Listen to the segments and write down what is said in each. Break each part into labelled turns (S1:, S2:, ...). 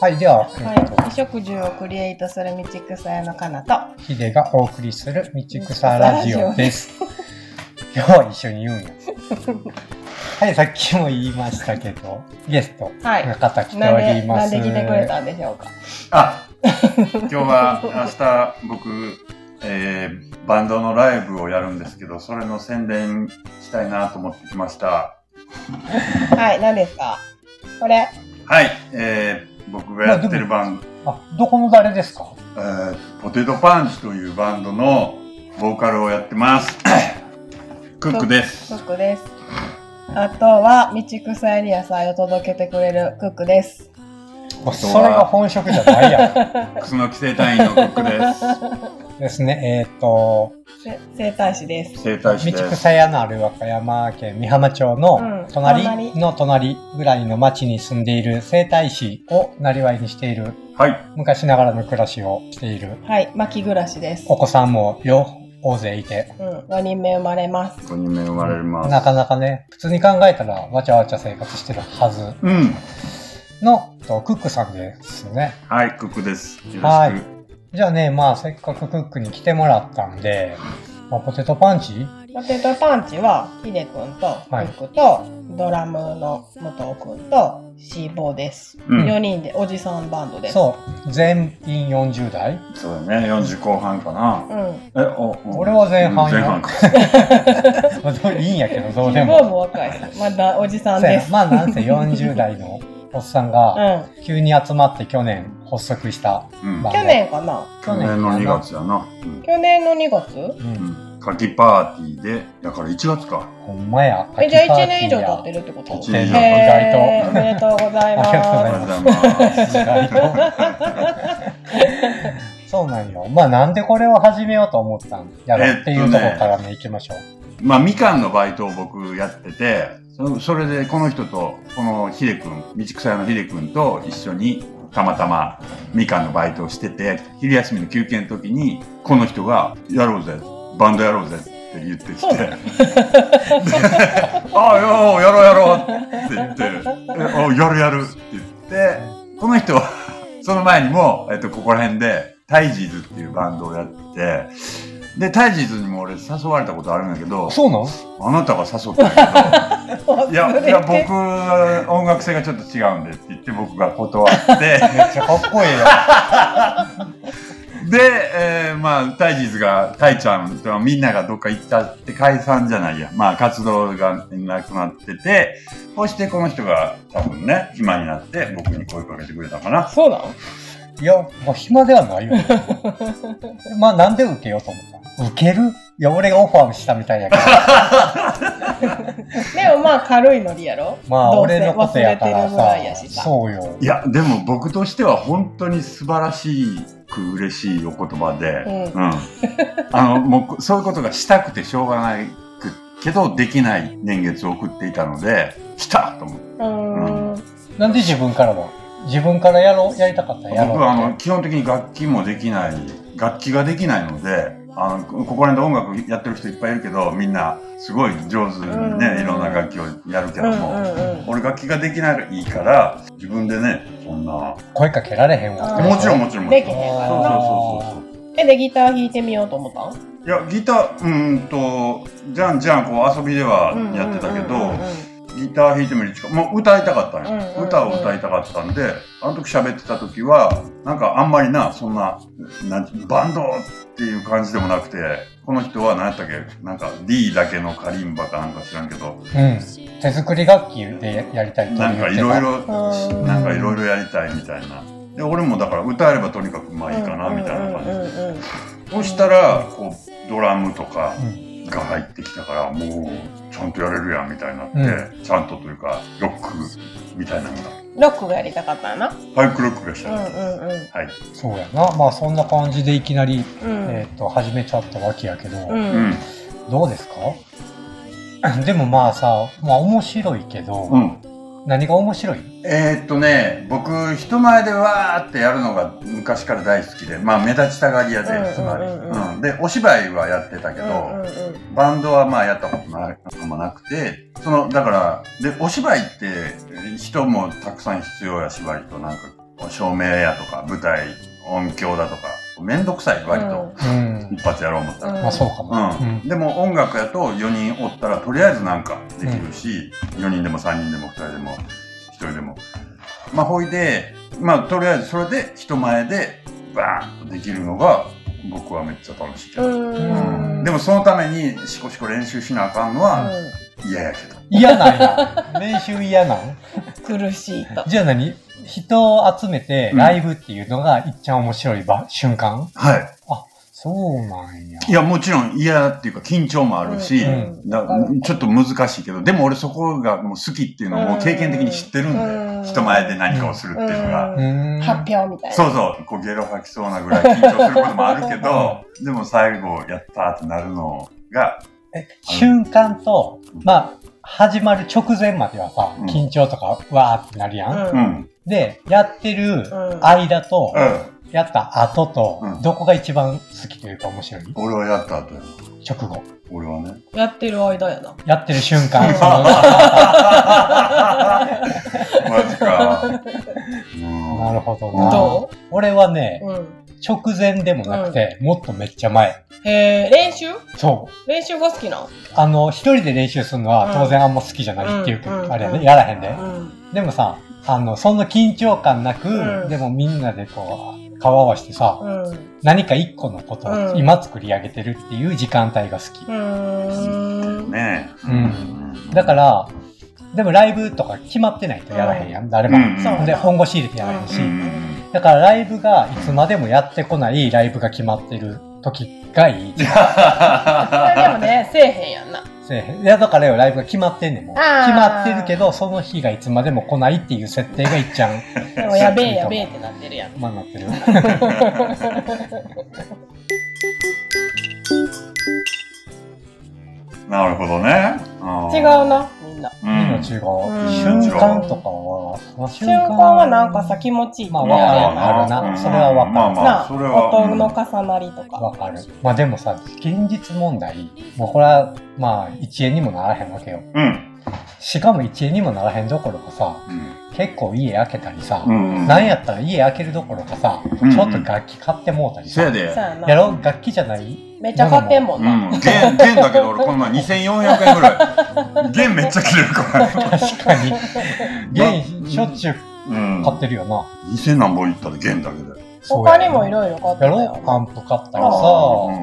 S1: はい、じゃあ、
S2: はい、衣食住をクリエイトする道草屋のかなと。
S1: ヒデがお送りする道草ラジオ です。今日は一緒に言うんや。はい、さっきも言いましたけど、ゲスト
S2: はい
S1: の方来て
S2: なん
S1: おり
S2: で、
S1: ま
S2: なん
S1: す。
S2: で来てくれたんでしょうか。
S3: あ今日は明日僕、えーバンドのライブをやるんですけど、それの宣伝したいなと思ってきました。
S2: はい、何ですかこれ、
S3: はい、えー僕がやってるバンド、
S1: あ、どこの誰ですか
S3: えーポテトパンチというバンドのボーカルをやっ てます。クックです。
S2: クックです。あとは、道草屋に野菜を届けてくれるクックです。
S1: もうそれが本職じゃない や
S3: 楠木生体院のクックです。
S1: ん。ですね、えっ、と、
S2: せ生誕 師です。
S3: 生
S1: 道
S3: 体師です。
S1: 草屋のある和歌山県美浜町
S2: うん
S1: の隣の隣ぐらいの町に住んでいる整体師をなりわいにしている
S3: はい、
S1: 昔ながらの暮らしをしている
S2: はい、牧暮らしです。
S1: お子さんもよ大勢いて
S2: うん、5人目生まれます。
S3: 5人目生まれます。
S1: なかなかね普通に考えたらわちゃわちゃ生活してるはず
S3: うん、
S1: のとクックさんですね
S3: はい、クックです。よろしく。
S1: はいじゃあねまあせっかくクックに来てもらったんで、まあ、ポテトパンチ
S2: ポテトパンチは、ひでくんと、
S1: はい
S2: クックと、ドラムの武藤くんと、シーボーです。
S3: うん
S2: 4人でおじさんバンドです。
S1: そう全員40代
S3: そうだね、40後半かな。
S2: うん。
S3: え、お、お
S1: 俺は前半よ
S3: 前半か。
S1: まあどういいんやけどどう
S2: シ
S1: で
S2: ーボー
S1: も
S2: も若いです。まだおじさん
S1: そうや
S2: で
S1: な
S2: す。
S1: まあなんせ40代のおっさん
S2: う
S1: が
S2: ん。
S1: 急に集まって去年発足した、
S3: うん
S1: まあ
S2: 去年かな
S3: 去年の2月やな。
S2: 去年の2月
S1: うん
S3: うん。夏季パーティーで、だから1月か。
S1: ほんまや
S2: えじゃあ1年以上経って
S1: る
S2: るってこと
S3: 一
S1: 年以上
S2: へ
S1: 意外と
S2: ーおめでとうござい
S1: ありがとうご
S3: お
S1: ざ
S2: ま
S3: はようご
S1: い
S3: ざいます。
S1: 意外と そうなんよ。まあなんでこれを始めようと思ったんやろっていうところからね、行きましょう。
S3: まあ、みかんのバイトを僕やってて、そそれでこの人と、このひでくん、道草屋のひでくんと一緒に、たまたまみかんのバイトをしてて、昼休みの休憩の時に、この人が、やろうぜ、バンドやろうぜって言ってきて、
S2: そうな
S3: でああ、ようやろうやろうって言って、えあやるやるって言って、この人は、その前にも、えっと、ここら辺で、タイジーズっていうバンドをやってて、で、タイジーズにも俺誘われたことあるんだけど、
S1: そうなん
S3: あなたが誘ったんやけどい や、いや
S2: それ
S3: 僕は音楽性がちょっと違うんでって言って僕が断っ
S1: めっ
S3: て、
S1: ちゃかっこいいよ。
S3: で、えーまあ、タイジーズが、タイちゃんとみんながどっか行っちゃって解散じゃないや。まあ、活動がなくなってて、そしてこの人が多分ね、暇になって僕に声かけてくれたかな。
S2: そうなの
S1: いや、もう暇ではない よ。まあなんで受けようと思ったの受けるいや、俺がオファーしたみたい やけど。
S2: でもまあ軽いノリやろ
S1: まあ
S2: どう
S1: 俺
S2: せ
S1: のことやか
S2: 忘れて
S1: ら
S2: るぐらい
S1: さ
S2: や。しさ
S1: そうよ
S3: い。や、でも僕としては本当に素晴らしく嬉しいお言葉で、
S2: う
S3: うん。あの、もう、そういうことがしたくてしょうがないくけど、できない年月を送っていたので、来たと思って。
S2: うーん
S1: なんで自分からは自分からやろう、やりたかったらやろう
S3: 僕は、あの、
S1: って。
S3: 基本的に楽器もできない、楽器ができないので、あの、こここら辺で音楽やってる人いっぱいいるけど、みんな、すごい上手に
S2: うん
S3: ね、いろんな楽器をやるけ
S2: う
S3: ど
S2: ん
S3: も、
S2: うんうん
S3: 俺楽器ができないから、自分でね、そんな、
S1: 声かけられへんわってこと。
S3: もちろんもちろんも
S2: でき
S3: ちろ
S2: へ
S3: ん。
S2: ん
S3: そう
S2: から
S3: そう
S2: な
S3: そうそう。
S2: えでギター弾いてみようと思ったん
S3: いや、ギター、うーんと、じゃんじゃん、こう遊びではやってたけ
S2: うんうんうん
S3: ど、ギター弾いてもいいですかもう歌いたかったんや、
S2: うんうんうん
S3: 歌を歌いたかったんで、あの時喋ってた時は、なんかあんまりな、そんな、なバンドっていう感じでもなくて、この人は何やったっけなんか D だけのカリンバかなんか知らんけど、
S1: うん。手作り楽器でやりたいと
S3: なんかいろいろ、
S2: うん
S3: なんかいろいろやりたいみたいな。で、俺もだから歌えればとにかくまあいいかな、みたいな感じで。
S2: うんうんうんうん
S3: そしたら、こう、ドラムとか
S1: う
S3: が入ってきたから、もう、ちゃんとやれるやん、みたいになって、
S1: う
S3: ちゃんとというか、ロックみたいなのが、
S2: ロックがやりたかったんやな
S3: パイクロックがし
S2: う
S3: た。
S2: ん
S3: はい。
S2: うんうん
S1: そうやな。まあそんな感じでいきなり、
S2: うん
S1: えっ、と、始めちゃったわけやけど、
S2: うん
S1: どうですか でもまあさ、まあ面白いけど、
S3: うん。うん。
S1: 何が面白い
S3: えーっとね、僕、人前でわーってやるのが昔から大好きで、まあ、目立ちたがり屋で、つまり。
S2: うんうんうん
S3: うんで、お芝居はやってたけど、
S2: うんうんうん
S3: バンドはまあやったことなあんまなくて、その、だから、で、お芝居って人もたくさん必要やし、割となんか照明やとか、舞台、音響だとか、めんどくさい、割と。
S1: うん。
S3: 一発やろう思ったら。
S1: まあそうかも。
S3: う
S1: うんん
S3: でも音楽やと4人おったらとりあえずなんかできるし、4人でも3人でも2人でも1人でもまあほいでまあとりあえずそれで人前でバーンとできるのが僕はめっちゃ楽しいけど、
S1: ん
S2: うん
S3: でもそのためにしこしこ練習しなあかんのは
S2: う
S3: 嫌やけど、
S1: 嫌なんや。練習嫌なん
S2: ん苦しいと。
S1: じゃあ何人を集めて
S3: うん
S1: ライブっていうのがいっちゃん面白い場瞬間
S3: は
S1: そうなんや。
S3: いいやもちろん嫌っていうか緊張もあるし、
S1: うん
S3: だちょっと難しいけどでも俺そこがもう好きっていうのをもう経験的に知ってるんで、
S2: うん
S3: 人前で何かをするっていうのが。
S1: うーん。
S2: 発表みたいな。
S3: そうそう、こうゲロ吐きそうなぐらい緊張することもあるけど、でも最後やったーってなるのが、
S1: え瞬間と、まあ、始まる直前まではさ、
S3: うん
S1: 緊張とかわーってなるやん。
S3: うん、うん、
S1: で、やってる
S2: うん
S1: 間と、
S3: 俺
S1: やった後と、
S3: うん
S1: どこが一番好きというか面白い
S3: はやった後や。
S1: 直後。
S3: 俺は ね。
S2: やってる間やな。
S1: やってる瞬 間、その
S3: マジか。う。
S1: なんるほどな。
S2: ど
S1: 俺はね
S2: う、うん。
S1: 直前でもなくて、もっとめっちゃ前。
S2: へえ、練習
S1: そう。
S2: 練習が好きなん
S1: あの、一人で練習するの
S2: う
S1: は
S2: ん
S1: 当然あんま好きじゃないっていうか、
S2: うん
S1: あれや
S2: う
S1: ね、
S2: ん
S1: やらへんで
S2: う。ん。
S1: でもさ、あの、そんな緊張感なく、
S2: うん
S1: でもみんなでこう、顔合わせてさ、
S2: うん。う
S1: 何か一個のこと
S2: う
S1: を
S2: ん
S1: 今作り上げてるっていう時間帯が好き。
S2: ーん。
S3: ねえ。
S1: うんだから、でもライブとか決まってないとやらへんやん、誰
S3: う
S1: も。
S3: ん、
S2: そう
S1: で、本腰入れてやらへん
S3: う
S1: し。
S3: ん。
S1: だからライブがいつまでもやってこないライブが決まってる時がいい。
S2: それでもね、せえへんやんな。
S1: せえへんいや、だからよ、ライブが決まってんねん、もう。決
S2: あー
S1: まってるけど、その日がいつまでも来ないっていう設定がいっちゃん。
S2: でもやべえやべえってなってるやん。
S1: まあなってる。
S3: なるほどね。
S2: 違うな、みんな。
S3: うん。
S1: 命が
S2: うん
S1: 瞬間とかは、まあ瞬
S2: 瞬間はなんかさ、気持ちいい。
S1: まあ
S2: ね
S1: わかる
S2: な
S1: わかるなそれはわかる
S3: まあまあ、それは。
S2: 音の重なりと
S1: わ
S2: か。
S1: かる。まあでもさ、現実問題、もうこれは、まあ、一円にもならへんわけよ。
S3: うん。
S1: しかも一円にもならへんどころかさ、
S3: う
S1: 結構家開けたりさ、
S3: ん。
S1: なんやったら家開けるどころかさ、
S3: うん
S1: ちょっと楽器買ってもうたり
S3: せ
S1: さ、
S3: や
S2: そう
S3: で。
S2: やな。
S1: やろ楽器じゃない
S2: めっちゃ買ってんもん
S3: う
S2: な。
S3: ん、弦弦だけど俺この前2400円ぐらい弦めっちゃ切れるから、
S1: 確かに。弦
S3: ま
S1: しょっちゅう
S3: うん、
S1: 買ってるよな。
S3: 2000何本いったで弦だけで
S1: そう
S2: 他
S1: や
S2: にもいろいろ買ってた
S1: や
S2: よ
S1: ろ
S2: な。
S1: アンプ買ったりさ、
S3: うん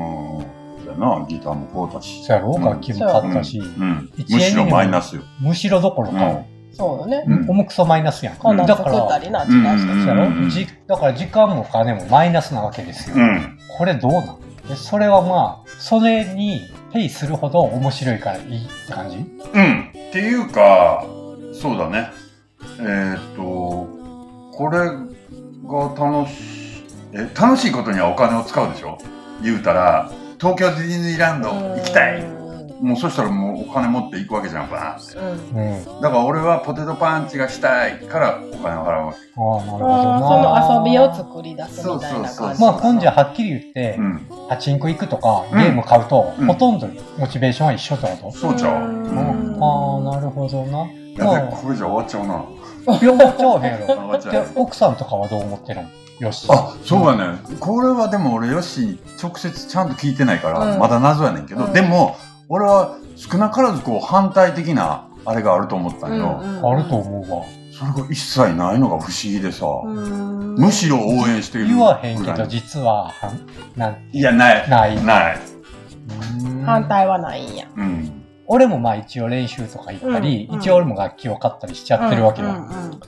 S3: だよなギターもこうだし
S1: そうやろ
S3: うん
S1: 楽器も買ったし、
S3: うん
S1: 一円
S3: むしろマイナスよ
S1: むしろどころ
S3: う
S1: か
S3: ん、
S2: そうよね。
S3: うん
S1: 重くそマイナスやん
S2: こんなん
S1: だ
S2: 作
S1: か
S2: った
S1: ら、
S2: りな、
S3: うん
S2: ちらし
S3: う
S1: そ
S3: ん
S1: うやろ、
S3: うん
S1: じだから時間もお金もマイナスなわけですよ。
S3: うん
S1: これどうなんえそれはまあ、それにペイするほど面白いからいいって感じ
S3: うんっていうかそうだねえーっとこれが楽しえ楽しいことにはお金を使うでしょ言うたら東京ディズニーランド行きたい
S2: うん
S3: もうそしたらもうお金持って行くわけじゃんバーンって
S2: うん
S1: うん。
S3: だから俺はポテトパンチがしたいからお金を払う
S1: ああ、なるほ
S3: わけ。
S1: どな。
S2: あーその遊びを作り出すみたいな感
S3: そうそうそう
S2: じ。
S1: まあ、今じゃはっきり言って、
S3: うん。
S1: パチンコ行くとか、
S3: うん
S1: ゲーム買うと、
S3: うん
S1: ほとんどモチベーションは一緒ってこと、
S3: そうちゃう。
S2: うん
S3: う。
S1: うんああ、なるほどな。
S3: いやでこれじゃ終わっちゃうな。
S1: 両方長編やろ。
S3: 終わっちゃ
S1: で
S3: う。、
S1: 奥さんとかはどう思ってるのよし。
S3: あ、そうやね。これはでも俺よしに直接ちゃんと聞いてないから、
S2: うん
S3: まだ謎やねんけど、
S2: うん
S3: でも俺は少なからずこう反対的なあれがあると思ったんやけど、
S2: うんうん
S1: あると思うわ。
S3: それが一切ないのが不思議でさ、
S2: うん
S3: むしろ応援している
S1: 言
S3: ぐら
S1: わ
S3: い。
S1: へんけど、実は、はんなん、
S3: いや、ない。
S1: ない。
S3: ない。
S2: 反対はないんや。
S3: うん。
S1: 俺もまあ一応練習とか行ったり、
S2: うん
S1: 一応俺も楽器を買ったりしちゃってるわけよ。
S2: うんうん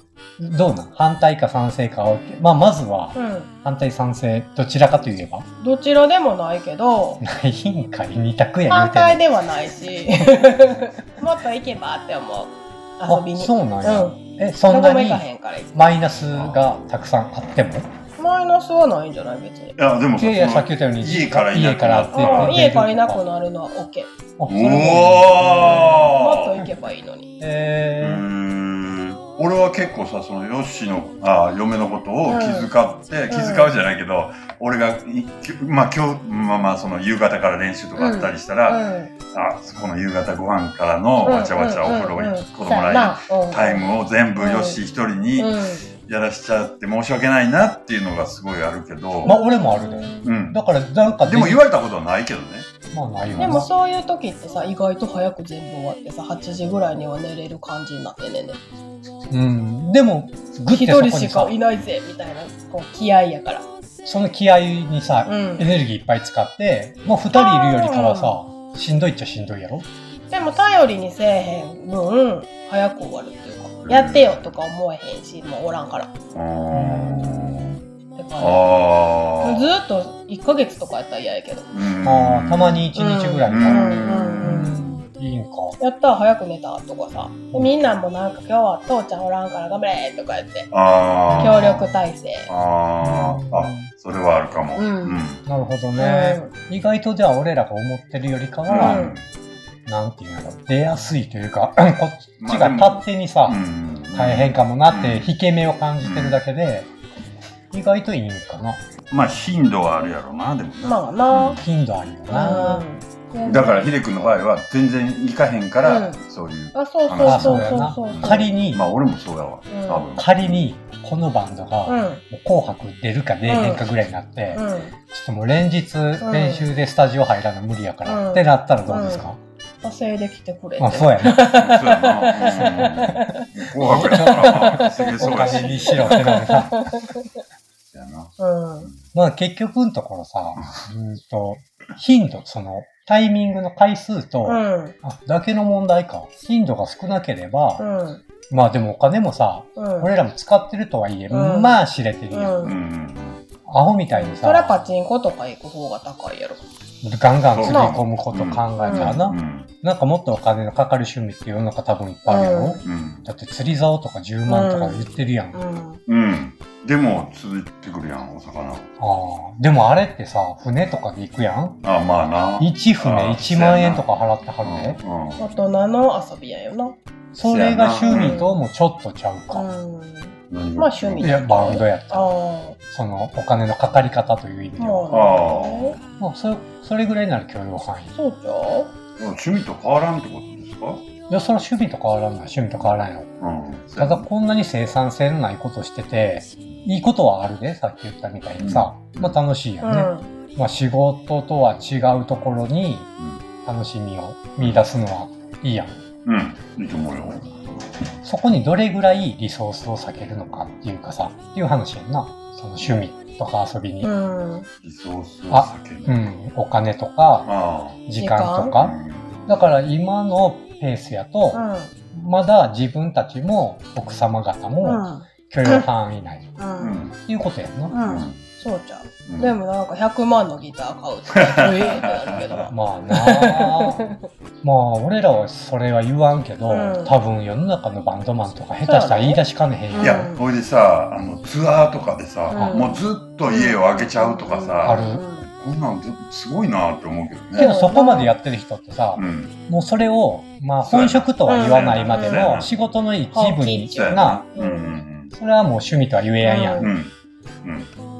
S1: どうなん反対か賛成かは、まあまずは
S2: うんうん
S1: 反対賛成、どちらかといえば、
S2: どちらでもないけど、
S1: ないんかい、二択や言
S2: 反
S1: うてんの
S2: 対ではないし、 もっと行けばって思う。遊びに。
S1: あそうなんや、
S2: うん
S1: えそん
S2: どこ
S1: な
S2: も行
S1: に
S2: かへんからいつも
S1: マイナスがたくさんあっても
S2: マイナスはないんじゃない別に。
S3: いや、でも
S1: いやいやさっき言ったように
S3: 家からいな
S1: 家
S3: く
S1: か
S3: な
S1: ら
S3: っ
S1: ってて
S3: いや
S2: うん家からいなく
S1: あ
S2: なるのは OK。
S1: それも
S2: もっと
S3: お
S2: 行
S3: ー
S2: けばいいのに。
S3: うー
S1: え
S3: ん俺は結構さそのヨッシーのあー嫁のことを気遣って、気遣うじゃないけど俺がいきまあ今日まあまあその夕方から練習とかあったりした
S2: う
S3: ら、
S2: ん。
S3: あこの夕方ご飯からのわちゃわちゃお風呂行く子供らに
S2: い
S3: タイムを全部ヨッシー一人に
S2: うん
S3: やらしちゃって申し訳ないなっていうのがすごいあるけど、
S1: まあ、俺もあるで。
S3: うん、
S1: だから、なんか
S3: でも言
S1: わ
S3: われたことはないけどね
S1: まあ、ないよ
S2: でも
S1: な。
S2: そういう時ってさ、意外と早く全部終わってさ、8時ぐらいには寝れる感じになってんねんね。
S1: うん。でも、グッ
S2: 一
S1: てそこ
S2: 人
S1: に
S2: し
S1: さ
S2: かいないぜみたいな、こう、気合いやから。
S1: その気合にさ、
S2: うん
S1: エ。ネルギーいっぱい使って、もう二人いるよりかはさ、しんどいっちゃしんどいやろ
S2: でも頼りにせえへん分、早く終わるっていうか、やってよとか思えへんし、もうおらんから。だ
S3: う
S2: から
S3: ーんあ
S2: ず
S3: ー
S2: ーっと1ヶ月とかやったら嫌やけど。
S3: うん
S1: ああ、たまに一日ぐらい
S3: うん
S1: か。
S2: うん
S1: うんいいんか。
S2: やったら早く寝たとかさ。でみんなもなんか今日は父ちゃんおらんから頑張れとかやって、
S3: あ
S2: 協
S3: ー
S2: 力体制。
S3: あーあそれはあるかも
S2: うん
S1: なるほど
S2: うん。
S1: ね。意外とじゃあ俺らが思ってるよりかは、
S3: うん
S1: なんていうの出やすいというか、 こっち
S3: まあ
S1: が
S3: でも
S1: 勝手にさ、
S3: うん
S1: 大変かもなっ
S3: うん
S1: て引け目を感じてるだけで、意外といいのかな。
S3: まあ頻度はあるやろうなでもな
S2: まあな。
S1: 頻度あるよな。
S2: うん。
S3: だからヒデ君の場合は全然行かへんから、
S2: うん
S3: そういう
S2: あ、そうそう
S1: あ、
S2: そ
S1: そう
S2: う
S1: や
S2: そう
S1: な
S2: そうそう。。
S1: 仮に、
S3: まあ俺もそうやわ
S2: うん
S3: 多分、
S1: 仮に、このバンド
S2: う
S1: が、
S2: ん。
S1: もう紅白出るか出えへんかぐらいになって、ちょっ
S2: うん。
S1: ともう連日練習でスタジオ入らな無理やから、
S2: うん
S1: ってなったらどうですか、
S2: 稼いできてくれて。
S1: まあそうやな。
S3: そうやな うん紅白やからなすげえ
S1: お
S3: そうやし
S1: 金にしろってなるな。
S3: やな
S2: うん。
S1: まあ結局のところさ、うーんと、頻度、その、タイミングの回数と、
S2: うん。
S1: あだけの問題か。頻度が少なければ、
S2: うん。
S1: まあでもお金もさ、
S2: うん。
S1: 俺らも使ってるとはいえ、
S2: うん
S1: まあ知れてるよ。
S2: う。
S3: うんん
S1: アホみたいに
S2: そらパ
S1: さ、
S2: チンコとか行く方が高いやろ。
S1: ガンガンつぎ込むこと考えたらな、
S3: うん
S1: なんかもっとお金のかかる趣味って世の中多分いっぱいあるやろ、
S2: う
S3: うん
S1: だって釣り竿とか10万とか言ってるやん。
S2: う
S1: あ
S2: ん。
S3: うんでも続いてくるやんお魚
S1: あ、でもあれってさ、船とかで行くやん
S3: あまあな
S1: ?1 船1万円とか払ってはるで、
S3: うん
S2: 大人の遊びやよな。
S1: それが趣味ともちょっとちゃうか。
S2: う
S3: うん
S2: まあ趣味
S1: いや、バウンドやっ
S2: ん。あ
S1: た。
S2: あ。
S1: そのお金のかかり方という意味では。
S2: もう、ね、
S1: まあ、そそれぐらいになる許容範囲。
S2: そうちゃ
S3: 趣味と変わらんってことですか
S1: いや、それは趣味と変わらない。趣味と変わらないよ。
S3: うん
S1: ただ、こんなに生産性のないことしてて、いいことはあるで、さっき言ったみたいにさ。
S3: うん
S1: まあ、楽しいよね。
S2: う。うん。
S1: まあ、仕事とは違うところに楽しみを見出すのはいいやん。
S3: うんいいと思うよ
S1: そこにどれぐらいリソースを避けるのかっていうかさ、っていう話やんな。その趣味とか遊びに。
S2: うん。
S3: リソースを
S1: あ
S3: 避ける
S1: うん、お金とか、
S3: あ
S1: 時間と
S3: あ
S1: か。だから今のペースやと、まだ自分たちも奥様方
S2: う
S1: も
S2: ん。
S1: 許容範囲内
S2: う。
S3: うんん
S1: っていうことやんな。
S2: うん。そうちゃう。
S3: うん
S2: でもなんか100万のギター買う って、ええってなるけど。
S1: まあなあまあ俺らはそれは言わんけど、
S2: うん
S1: 多分世の中のバンドマンとか下手したら言い出しかねへんや
S2: うん
S3: いやほいでさあのツアーとかでさ、
S2: うん
S3: もうずっと家を開けちゃうとか
S1: あ
S3: さ、
S1: る
S3: こんなんずすごいなって思うけどね
S1: けどそこまでやってる人ってさ、
S3: うん
S1: もうそれを、まあ
S3: そ
S1: 本
S3: うやな
S1: 職とは言わないまで
S3: うんそうや
S1: も
S3: な
S1: 仕事の一部に
S3: そうや
S1: な
S3: な、うんうん
S1: それはもう趣味とは言えやんや
S2: うん
S3: うんうんうん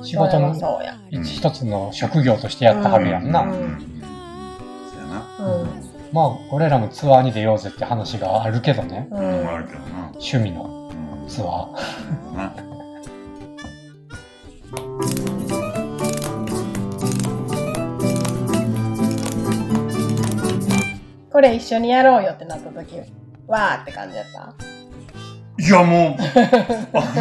S1: 仕事の
S2: そうや。
S1: 一一つの職業としてやったはるやんな、
S2: うん
S3: そうやな
S2: うん。
S1: まあ俺らもツアーに出ようぜって話があるけどね
S2: う
S3: うん
S2: ん。
S3: あるけどな
S1: 趣味の
S3: うん
S1: ツアー
S3: な
S2: これ一緒にやろうよってなった時わーって感じだった
S3: いやもうあ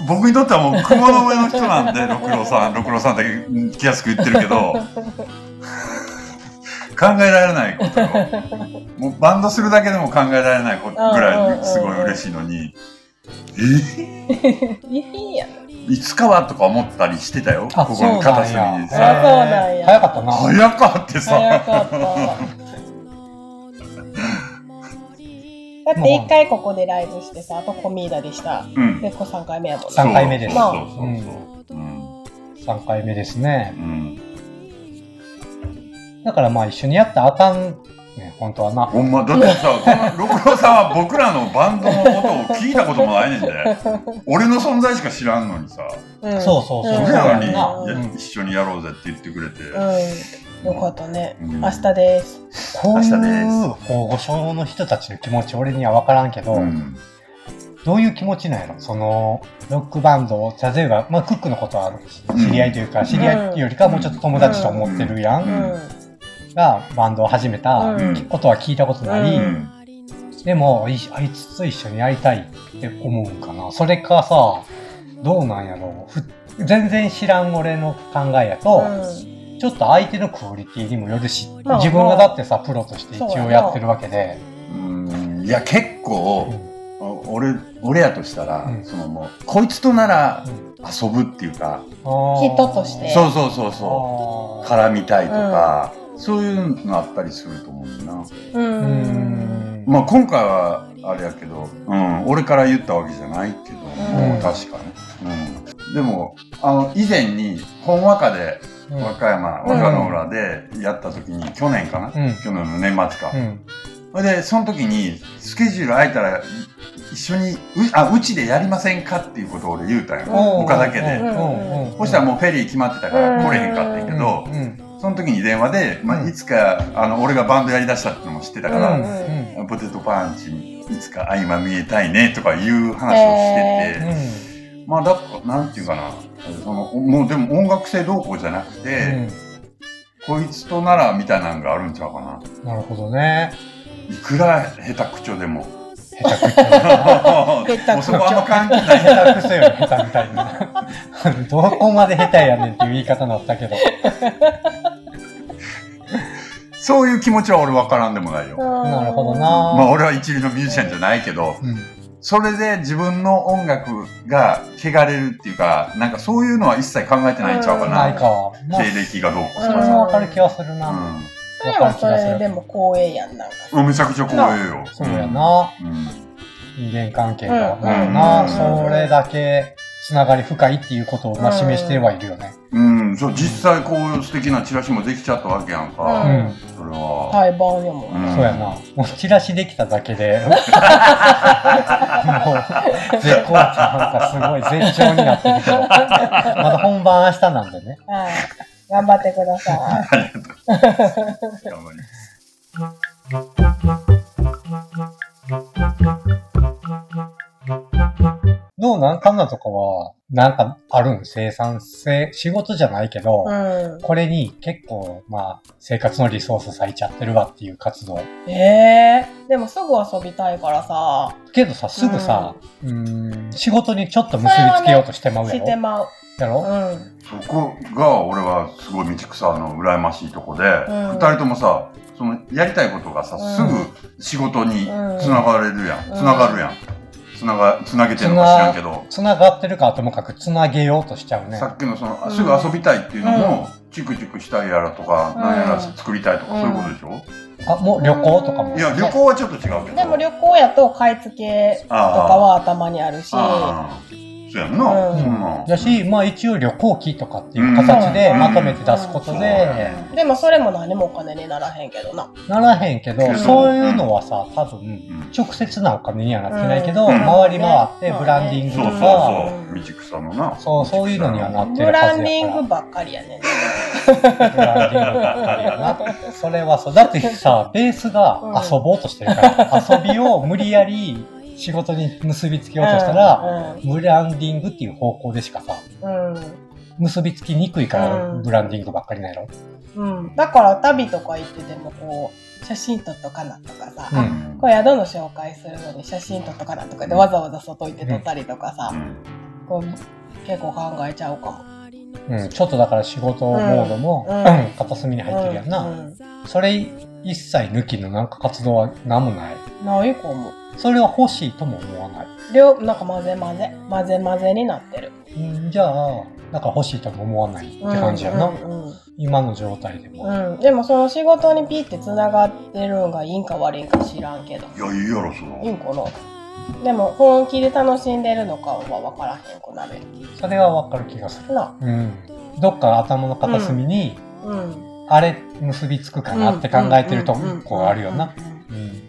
S3: のぼ僕にとってはもう雲の上の人なんで六郎さん六郎さんだけうん気安く言ってるけど考えられないことよもうバンドするだけでも考えられないことぐ
S2: うんうん
S3: ら
S2: うん
S3: いすごい嬉しいのにえ
S2: いいやん
S3: いつかはとか思ったりしてたよ
S1: あ
S3: ここの片隅に
S2: そうなんや
S3: さ
S2: あそうなんや
S1: 早かったな
S3: 早かって
S2: 早
S3: さ
S2: かっただって一回ここでライブしてさあとコミーダでした
S3: うん
S2: でこ3回目やもん
S1: さ
S2: な
S1: 三回目です
S3: そうそうそうそううん
S1: 3回目ですね
S3: うん
S1: だからまあ一緒にやったらあかんね本当はな
S3: ほんまだってさこの六郎さんは僕らのバンドのことを聞いたこともないねんで俺の存在しか知らんのにさ、
S2: うん
S1: そうそうそう
S3: それ
S2: ん
S3: なの
S1: そうやな
S3: にや
S1: うん
S3: 一緒にやろうぜって言ってくれて、
S2: うんよかったね
S3: うん
S2: 明日です
S1: こうい
S3: 明日
S1: う大御所の人たちの気持ち俺には分からんけど、
S3: うん
S1: どういう気持ちなんやろその、ロックバンドを、例えば、まあ、クックのことはあるし知り合いというか、知り合いよりかはもうちょっと友達と思ってるやん、
S3: うん
S1: が、バンドを始めた
S2: うん
S1: ことは聞いたことない、
S2: うん
S1: でも、いあいつと一緒にやりたいって思うんかな。それかさ、どうなんやろうふ全然知らん俺の考えやと、
S2: う
S1: ちょっと相手のクオリティにもよるし、
S2: まあ
S1: 自分がだってさ、プロとして一応
S2: そうやな
S1: やってるわけで。
S3: うんいや結構、
S1: う
S3: お俺俺やとしたら、
S1: うん
S3: そのもうこいつとなら
S1: うん
S3: 遊ぶっていうか、
S2: 人として
S3: そうそうそうそ
S1: あ
S3: う
S1: ー
S3: 絡みたいとか、そういうのあったりすると思うな、
S1: うんん
S3: まあ今回はあれやけど、うん、俺から言ったわけじゃないけど、
S2: うん
S3: うん確かね、うん、でもあの以前に本和歌で
S1: うん
S3: 和歌山、
S2: うん
S3: 和歌の浦でやった時に去年かな、
S1: うん
S3: 去年の年末か、
S1: うん
S3: それでその時にスケジュール空いたら一緒にうあうちでやりませんかっていうことを俺言うた
S2: う
S3: んよ、
S2: ん
S3: 他だけで
S2: うん
S1: うん
S3: そしたらもうフェリー決まってたから来れへんかったんやけど、
S1: うんうん
S3: その時に電話で、ま
S1: う
S3: あ、
S1: ん
S3: いつかあの俺がバンドやりだしたってのも知ってたか
S1: う
S3: ら、
S1: んうん
S3: ポテトパンチにいつか合間見えたいねとかいう話をしてて、
S1: う
S3: まあだからなんていうかなそのもうでも音楽性どうこうじゃなくて、
S1: ん
S3: こいつとならみたいなのがあるんちゃうかな
S1: うんなるほどね。
S3: いくら下手くちょでも
S1: 下手くそや
S2: 下
S3: も
S2: 手くそう
S3: そこあんま関係ない
S1: な。下手くそより下手みたいな。どこまで下手やねんっていう言い方になったけど。
S3: そういう気持ちは俺わからんでもないよ、
S1: な
S2: な
S1: るほど
S3: まあ
S1: な。
S3: 俺は一流のミュージシャンじゃないけど
S1: うん
S3: それで自分の音楽が汚れるっていうかなんかそういうのは一切考えてないんちゃうか
S2: うん
S1: ない
S3: な
S1: か。まあ
S3: 経歴がどうこ
S1: そ
S3: うと
S1: れ
S3: か
S1: も
S3: さ、
S1: わかる気はするな。
S3: う
S2: それはそれでも光栄やんなんか
S3: ん、めちゃくちゃ光栄よ
S1: そうやな。
S3: うん
S1: 人間関係が。
S2: うん
S1: まあな、
S3: うん
S1: それだけつながり深いっていうことをまあ
S2: うん
S1: 示してはいるよね。
S3: うん、そう実際こういう素敵なチラシもできちゃったわけやん
S1: う
S2: う
S3: か、
S1: ん。
S2: ん
S3: それは、
S2: 対バンやもん
S3: ん
S1: そうやな。もうチラシできただけ で、もう、絶好調なんかすごい絶頂になってるけど、まだ本番明日なんでね。
S2: はい頑張ってください
S3: 頑張ります
S1: どうなんかんなとかは、なんかあるん生産性、仕事じゃないけど、
S2: う
S1: これに結構、まあ、生活のリソース割いちゃってるわっていう活動。
S2: んえーでもすぐ遊びたいからさ
S1: けどさ、すぐさ、うーん、仕事にちょっと結びつけようとしてまうや
S2: し
S1: ろ。
S2: てまう
S1: や
S2: う
S1: ろ
S2: ん
S3: そこが俺はすごい道草の羨ましいとこで、
S2: ん
S3: 二人ともさそのやりたいことがさ、
S2: うん
S3: すぐ仕事につながれるやん、
S2: うん
S3: つながるやんつながつなげてるのか知らんけど、
S1: つながってるかはともかくつなげようとしちゃうね
S3: さ。っきのその、
S2: うん
S3: すぐ遊びたいっていうのも、チクチクしたいやらとか、
S2: うん
S3: なんやら作りたいとか、そういうことでしょ、
S1: あ、もう旅行とかも。
S3: いや旅行はちょっと違うけど
S2: でも旅行やと買い付けとかは頭にあるし
S3: ああそうやんな、
S2: うん
S3: そんなん
S1: だし、まあ一応旅行機とかっていう形で
S3: うん
S1: まとめて出すこと
S3: そう
S1: で、
S2: でもそれも何もお金にならへんけどな
S1: ならへんけ
S3: う
S1: ど、
S3: ん
S1: そういうのはさ、多
S3: う
S1: 分、
S3: ん
S1: 直接なお金にはなってないけど、
S3: うん
S1: 回り回って
S2: うん
S1: ブランディング
S3: そう
S1: と
S3: そう
S1: か、
S3: そう道草のな
S1: そうそういうのにはなって
S2: ブ
S1: るは
S2: ラ
S1: ず
S2: ンディ
S1: や
S2: ン
S1: か
S2: グばっかりやねん
S1: ら、ブランディングばっかりやな。それはそう。だってさ、ベースが遊ぼうとしてるから、遊びを無理やり仕事に結びつけようとしたら、ブランディングっていう方向でしかさ、
S2: うんうん
S1: 結びつきにくいから
S2: うん
S1: ブランディングばっかりなんやろ。
S2: うん、だから旅とか行っててもこう写真撮っとかなとかさ、
S1: うん
S2: これ宿の紹介するのに写真撮っとかなとかでわざわざ外行って撮ったりとかさ、こう結構考えちゃうかも。
S1: うん、ちょっとだから仕事モードも、
S2: うん
S1: うん片隅に入ってるやんな。
S2: うん
S1: それ一切抜きのなんか活動は何もない。
S2: うんないかも。
S1: それは欲しいとも思わない。
S2: 両なんか混ぜ混ぜ混ぜ混ぜになってる。
S1: うん、じゃあ、なんか欲しいとも思わないって
S2: うん
S1: 感じやな。
S2: うんうん
S1: 今の状態でも。
S2: うんでもその仕事にピッてつながってるんがいいんか悪いんか知らんけど。
S3: いやいいやろそ
S2: いい
S3: れ
S2: んかなでも本気で楽しんでるのかは分からへんくなる。
S1: それはわかる気がする。
S2: な。
S1: うん。どっか頭の片隅に、
S2: うん。
S1: あれ結びつくかなって考えてるとこうあるよな。うん。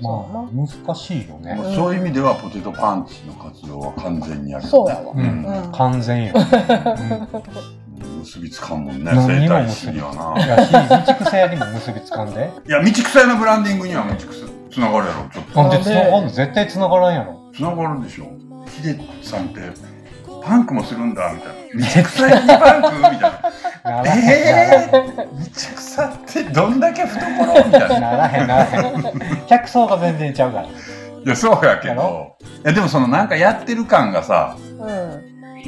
S1: まあ、難しいよね。
S3: もうそういう意味ではポテトパンチの活動は完全にやる
S2: そうやわ。
S1: う
S3: うん
S1: ん、
S2: うん
S1: 完全よ。
S3: 結びつかんもんね
S1: 何
S3: 生
S1: にも
S3: 態
S1: 結
S3: 師
S1: び
S3: に
S1: つ
S3: は
S1: かん
S3: な
S1: やし、道草屋にも結びつかんで。
S3: いや道草屋のブランディングには道草つながるやろちょっと
S1: なん
S2: なん
S1: で
S2: で
S1: つながんの絶対つながらんやろ。
S3: つながるでしょヒデさんってパンクもするんだみたいな道草にパンクみたい な
S1: ならへん、
S3: えー、道草ってどんだけ懐みたいな
S1: ならへん、ならへん、ならへん。客層が全然ちゃうから。
S3: いやそうやけ
S1: や
S3: どいやでもそのなんかやってる感がさ
S2: う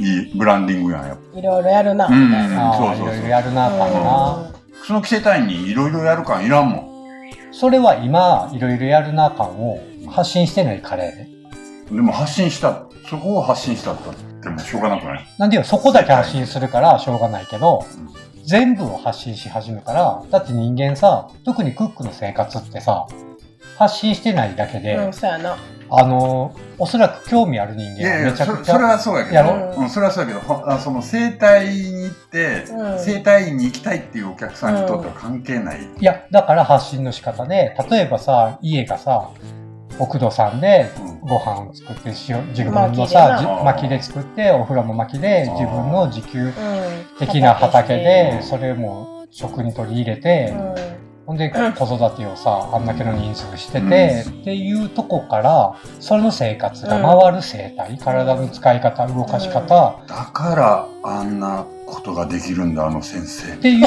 S3: いいブランディングやんやっ
S2: ん。いろいろやるな、
S3: うん
S2: みたいな。
S1: ああ
S3: そうそうそう
S1: いろいろやるな、かもな。
S3: ぱその着せたいにいろいろやる感いらんもん
S1: それは今、いろいろやるな感を発信してないカレーで。
S3: でも発信したそこを発信したったってもうしょうがなくない
S1: なんでよ、そこだけ発信するからしょうがないけど、全部を発信し始めたら、だって人間さ、特にクックの生活ってさ、発信してないだけで、
S2: うん、そうやな。
S1: あの、おそらく興味ある人
S3: い
S1: 間
S3: やい
S1: は
S3: や
S1: めちゃ
S3: そ
S1: く
S3: れ
S1: ち
S3: そ
S1: ゃ、
S3: れはそうやけ
S1: や
S2: ろ
S3: ど、うん、それはそうやけどほあその整体に行って、
S2: うん
S3: 整体院に行きたいっていうお客さんにとっては関係ない、
S1: いや、だから発信の仕方で、例えばさ、家がさ、奥戸さんで
S3: うん
S1: ご飯を作って、塩、自分の
S2: 薪
S1: さ、
S2: で
S1: じ
S3: な
S1: 薪で作って、お風呂も薪で、自分の自給
S2: うん。
S1: 的な畑
S3: う
S1: で、
S3: ん
S1: それも食に取り入れて、
S2: う
S1: ほんで子育てをさあんだけの人数してて、っていうとこからその生活が回る生態、体の使い方動かし方、
S3: だからあんなことができるんだあの先生
S1: っていう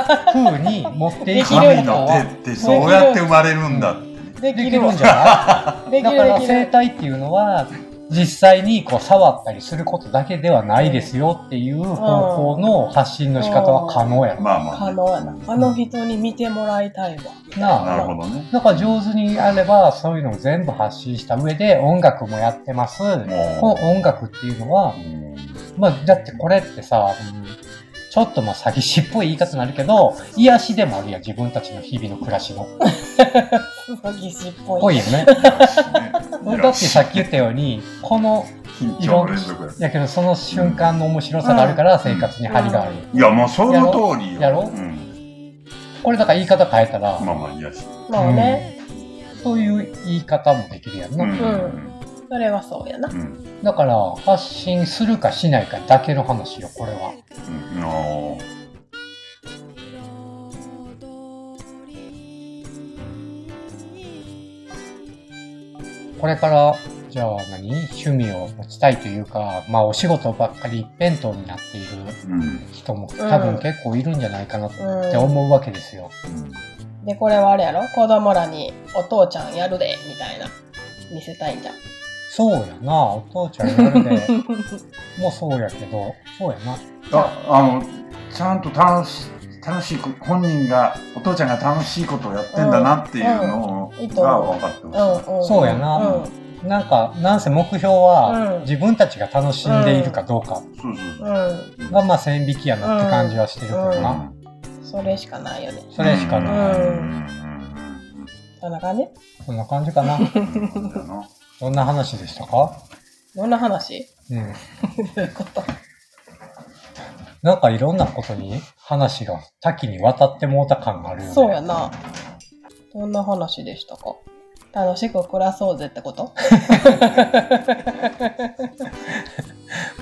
S1: 風に持っていく
S2: できる
S3: 神
S2: んだ
S3: の
S1: は
S3: 手ってそうやって生まれるんだって
S2: ん。で
S1: で
S2: き
S1: き
S2: る
S1: る
S2: わ
S1: んじゃな
S2: で
S1: い
S2: き
S1: だ
S2: る
S1: から生
S2: で
S1: 態っていうのは実際にこう触ったりすることだけではないですよっていう方向の発信の仕方は可能やろ
S3: まあまあ
S2: 可
S3: ね、
S2: 能やな。あの人に見てもらいたいわ。
S1: なあ
S3: なるほどね
S1: だから上手にあればそういうのを全部発信した上で音楽もやってますこ
S3: も
S1: の音楽っていうのは
S3: う、うん
S1: まあ、だってこれってさ、うんちょっとまあ詐欺師っぽい言い方になるけど、癒しでもあるやん、自分たちの日々の暮らしの。
S2: 疑似っぽい。
S1: ぽいよ ね。
S3: いや
S1: だってさっき言ったように、この、
S3: 緊
S1: い
S3: 張
S1: ろ
S3: の
S1: ん
S3: 連続や
S1: やけどその瞬間の面白さがあるから生活に張りがある。
S3: いやもうその通りよ
S1: やろ
S3: うん、
S1: これだから言い方変えたら、
S3: まあまあいやし、
S2: まあね。
S1: そういう言い方もできるやん
S3: う
S1: な。
S3: ん
S2: それはそうやな。
S3: うんうん
S1: だから発信するかしないかだけの話よ、これは。
S3: うんあー
S1: これから、じゃあ何趣味を持ちたいというか、まあお仕事ばっかり一辺倒になっている
S3: うんうん
S1: 人も多分結構いるんじゃないかなって
S2: うん
S1: 思うわけですよ。
S2: で、これはあれやろ子供らにお父ちゃんやるで、みたいな。見せたいんじゃん。
S1: そうやな、お父ちゃんやるで、もうそうやけど、そうやな。
S3: ああのちゃんと楽し楽しいこ本人がお父ちゃんが楽しいことをやってんだなっていうの
S2: うんうんいいと
S3: が
S2: 思う
S3: 分かってほしい。
S2: うんうん。
S1: そうやな
S2: う
S1: なんか、なんせ目標
S2: うん
S1: は、自分たちが楽しんでいるかどうか
S3: そうそうそ
S2: ん。うん。
S1: が、まあ線引きやなって感じはしてるけど
S3: う。
S1: な。
S2: それしかないよね。
S1: それしか
S3: う
S1: ない。
S3: ん
S2: い
S3: うん
S2: そんな感じ
S1: そんな感じかな。
S3: うんうんうんだよな
S1: どんな話でしたか
S2: どんな話
S1: うん。
S2: どういうこと
S1: なんかいろんなことに話が多岐にわたってもうた感があるよね。
S2: そうやな。どんな話でしたか楽しく暮らそうぜってこと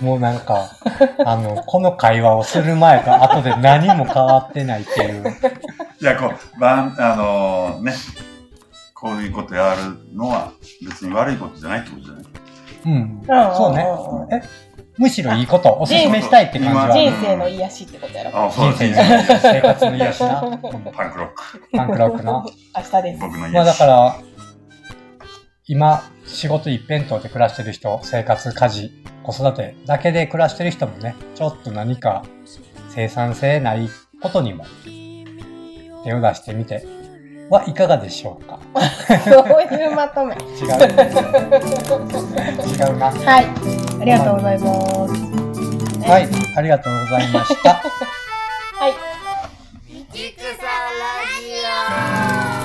S1: もうなんか、 あの、この会話をする前と後で何も変わってないっていう。
S3: いやこうばんあのねこういうことやるのは別に悪いことじゃないってことじゃない。
S1: うん。そうね。
S2: ん
S1: え、むしろいいこと、おすすめしたいって感じはあ
S2: 人
S1: る。
S2: 生の癒しってことやろ。
S3: あそう
S1: 人
S3: です
S1: 生の
S3: ね。
S1: 生活の癒しな。うん
S3: パンクロック
S1: パンクロックな。
S2: 明日です。
S3: 僕の
S1: まあ
S3: 家
S1: だから、今、仕事一辺倒で暮らしてる人、生活、家事、子育てだけで暮らしてる人もね、ちょっと何か生産性ないことにも手を出してみてはいかがでしょうか。
S2: そういうまとめ。
S1: 違う。 違うな。は
S2: はい。ありがとうございます。
S1: い、ありがとうございました。
S2: はい。
S4: 道草ラジオ